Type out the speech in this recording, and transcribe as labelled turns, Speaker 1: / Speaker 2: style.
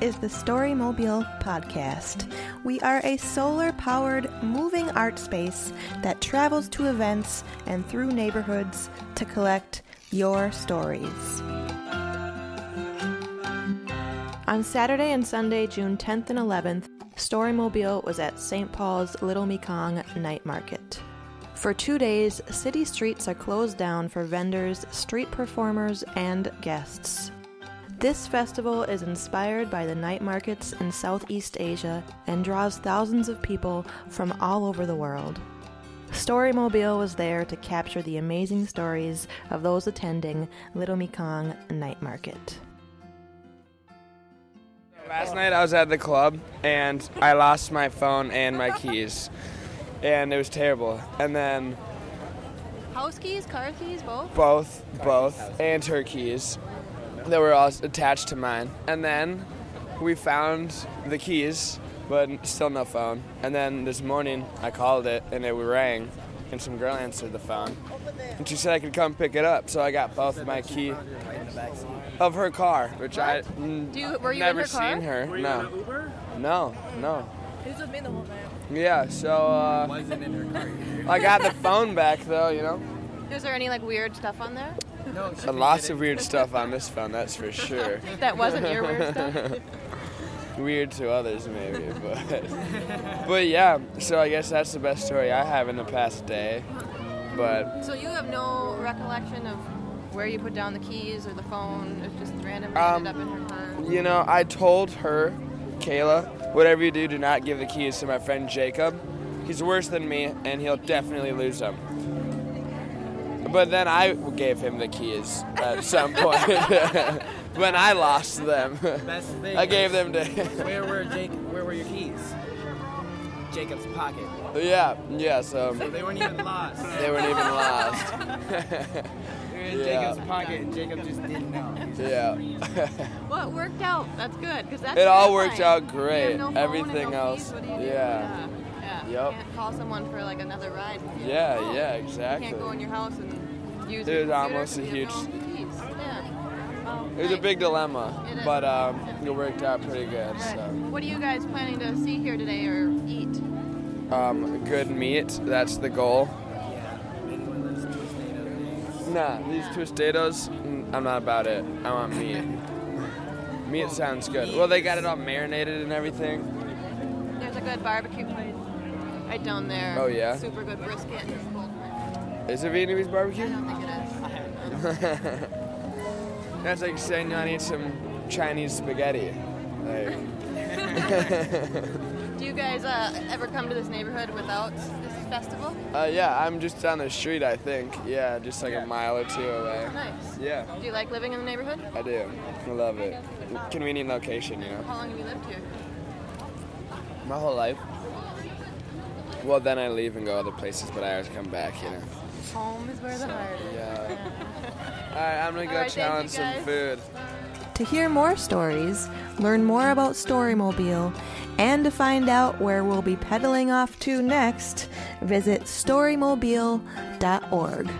Speaker 1: is the Storymobile Podcast. We are a solar powered moving art space that travels to events and through neighborhoods to collect your stories. On Saturday and Sunday, June 10th and 11th, Storymobile was at St. Paul's Little Mekong Night Market. For two days, city streets are closed down for vendors, street performers, and guests. This festival is inspired by the night markets in Southeast Asia and draws thousands of people from all over the world. Storymobile was there to capture the amazing stories of those attending Little Mekong Night Market.
Speaker 2: Last night I was at the club and I lost my phone and my keys. And it was terrible. And then
Speaker 3: House keys, car keys, both.
Speaker 2: both, both, and her keys that were all attached to mine. And then we found the keys, but still no phone. And then this morning I called it and it rang and some girl answered the phone. And she said I could come pick it up, so I got both of my key of her car, which I n-
Speaker 3: Do you- were you in
Speaker 2: never
Speaker 3: her car?
Speaker 2: seen her. no. No, no. Yeah, so uh, I got the phone back though, you know.
Speaker 3: Is there any like weird stuff on there
Speaker 2: And lots of weird stuff on this phone, that's for sure.
Speaker 3: that wasn't your weird stuff?
Speaker 2: Weird to others maybe, but but yeah. So I guess that's the best story I have in the past day. But
Speaker 3: So you have no recollection of where you put down the keys or the phone? It's just randomly
Speaker 2: Um,
Speaker 3: ended up in her car.
Speaker 2: you know, I told her, Kayla, whatever you do, do not give the keys to my friend Jacob. He's worse than me, and he'll definitely lose them. But then I gave him the keys at some point when I lost them.
Speaker 4: Best thing.
Speaker 2: I gave them to
Speaker 4: Where were Jake? Where were your keys? Jacob's pocket.
Speaker 2: yeah, yeah. So
Speaker 4: So they weren't even lost.
Speaker 2: they weren't even lost.
Speaker 4: They were in
Speaker 2: Yeah.
Speaker 4: Jacob's pocket, and Jacob just didn't know.
Speaker 2: Yeah.
Speaker 3: Well, it worked out. That's good because that's
Speaker 2: It all
Speaker 3: terrifying.
Speaker 2: worked out
Speaker 3: You have
Speaker 2: great.
Speaker 3: no phone and
Speaker 2: Everything
Speaker 3: no
Speaker 2: else-
Speaker 3: Keys. What do you do?
Speaker 2: yeah.
Speaker 3: Yeah. yeah.
Speaker 2: Yup.
Speaker 3: You can't call someone for like another ride. if you
Speaker 2: Yeah,
Speaker 3: don't know.
Speaker 2: yeah,
Speaker 3: You can't go
Speaker 2: exactly.
Speaker 3: in your house and use.
Speaker 2: It
Speaker 3: your
Speaker 2: was
Speaker 3: computer
Speaker 2: almost
Speaker 3: 'cause
Speaker 2: a
Speaker 3: you have
Speaker 2: huge-
Speaker 3: no keys. Yeah. Oh,
Speaker 2: It was a
Speaker 3: nice.
Speaker 2: big dilemma,
Speaker 3: It is.
Speaker 2: but um, it worked out pretty good.
Speaker 3: Good.
Speaker 2: So.
Speaker 3: What are you guys planning to see here today or eat?
Speaker 2: Um, good meat. That's the goal.
Speaker 4: Anyone lives in this state of things.
Speaker 2: Nah, these Tostados, mm, I'm not about it. I want meat. meat sounds good. Well, they got it all marinated and everything.
Speaker 3: There's a good barbecue place right down there.
Speaker 2: Oh, yeah?
Speaker 3: Super good brisket.
Speaker 2: Is it Vietnamese
Speaker 3: I
Speaker 2: barbecue?
Speaker 3: don't think it is.
Speaker 2: That's like saying you want to eat some Chinese spaghetti. Like,
Speaker 3: Do you guys uh, ever come to this neighborhood without this festival?
Speaker 2: uh, yeah, I'm just down the street, I think. Yeah, just like a mile or two away.
Speaker 3: Nice.
Speaker 2: Yeah,
Speaker 3: Do you like living in the neighborhood?
Speaker 2: I do. I love it. Convenient location, you know.
Speaker 3: How long have you lived here?
Speaker 2: My whole life. Well, then I leave and go other places, but I always come back, you know.
Speaker 3: Home is where the heart is.
Speaker 2: Yeah. All right, I'm gonna go
Speaker 3: All right, thank you,
Speaker 2: challenge some
Speaker 3: guys.
Speaker 2: food.
Speaker 1: To hear more stories, learn more about Storymobile, and to find out where we'll be pedaling off to next, visit storymobile.org.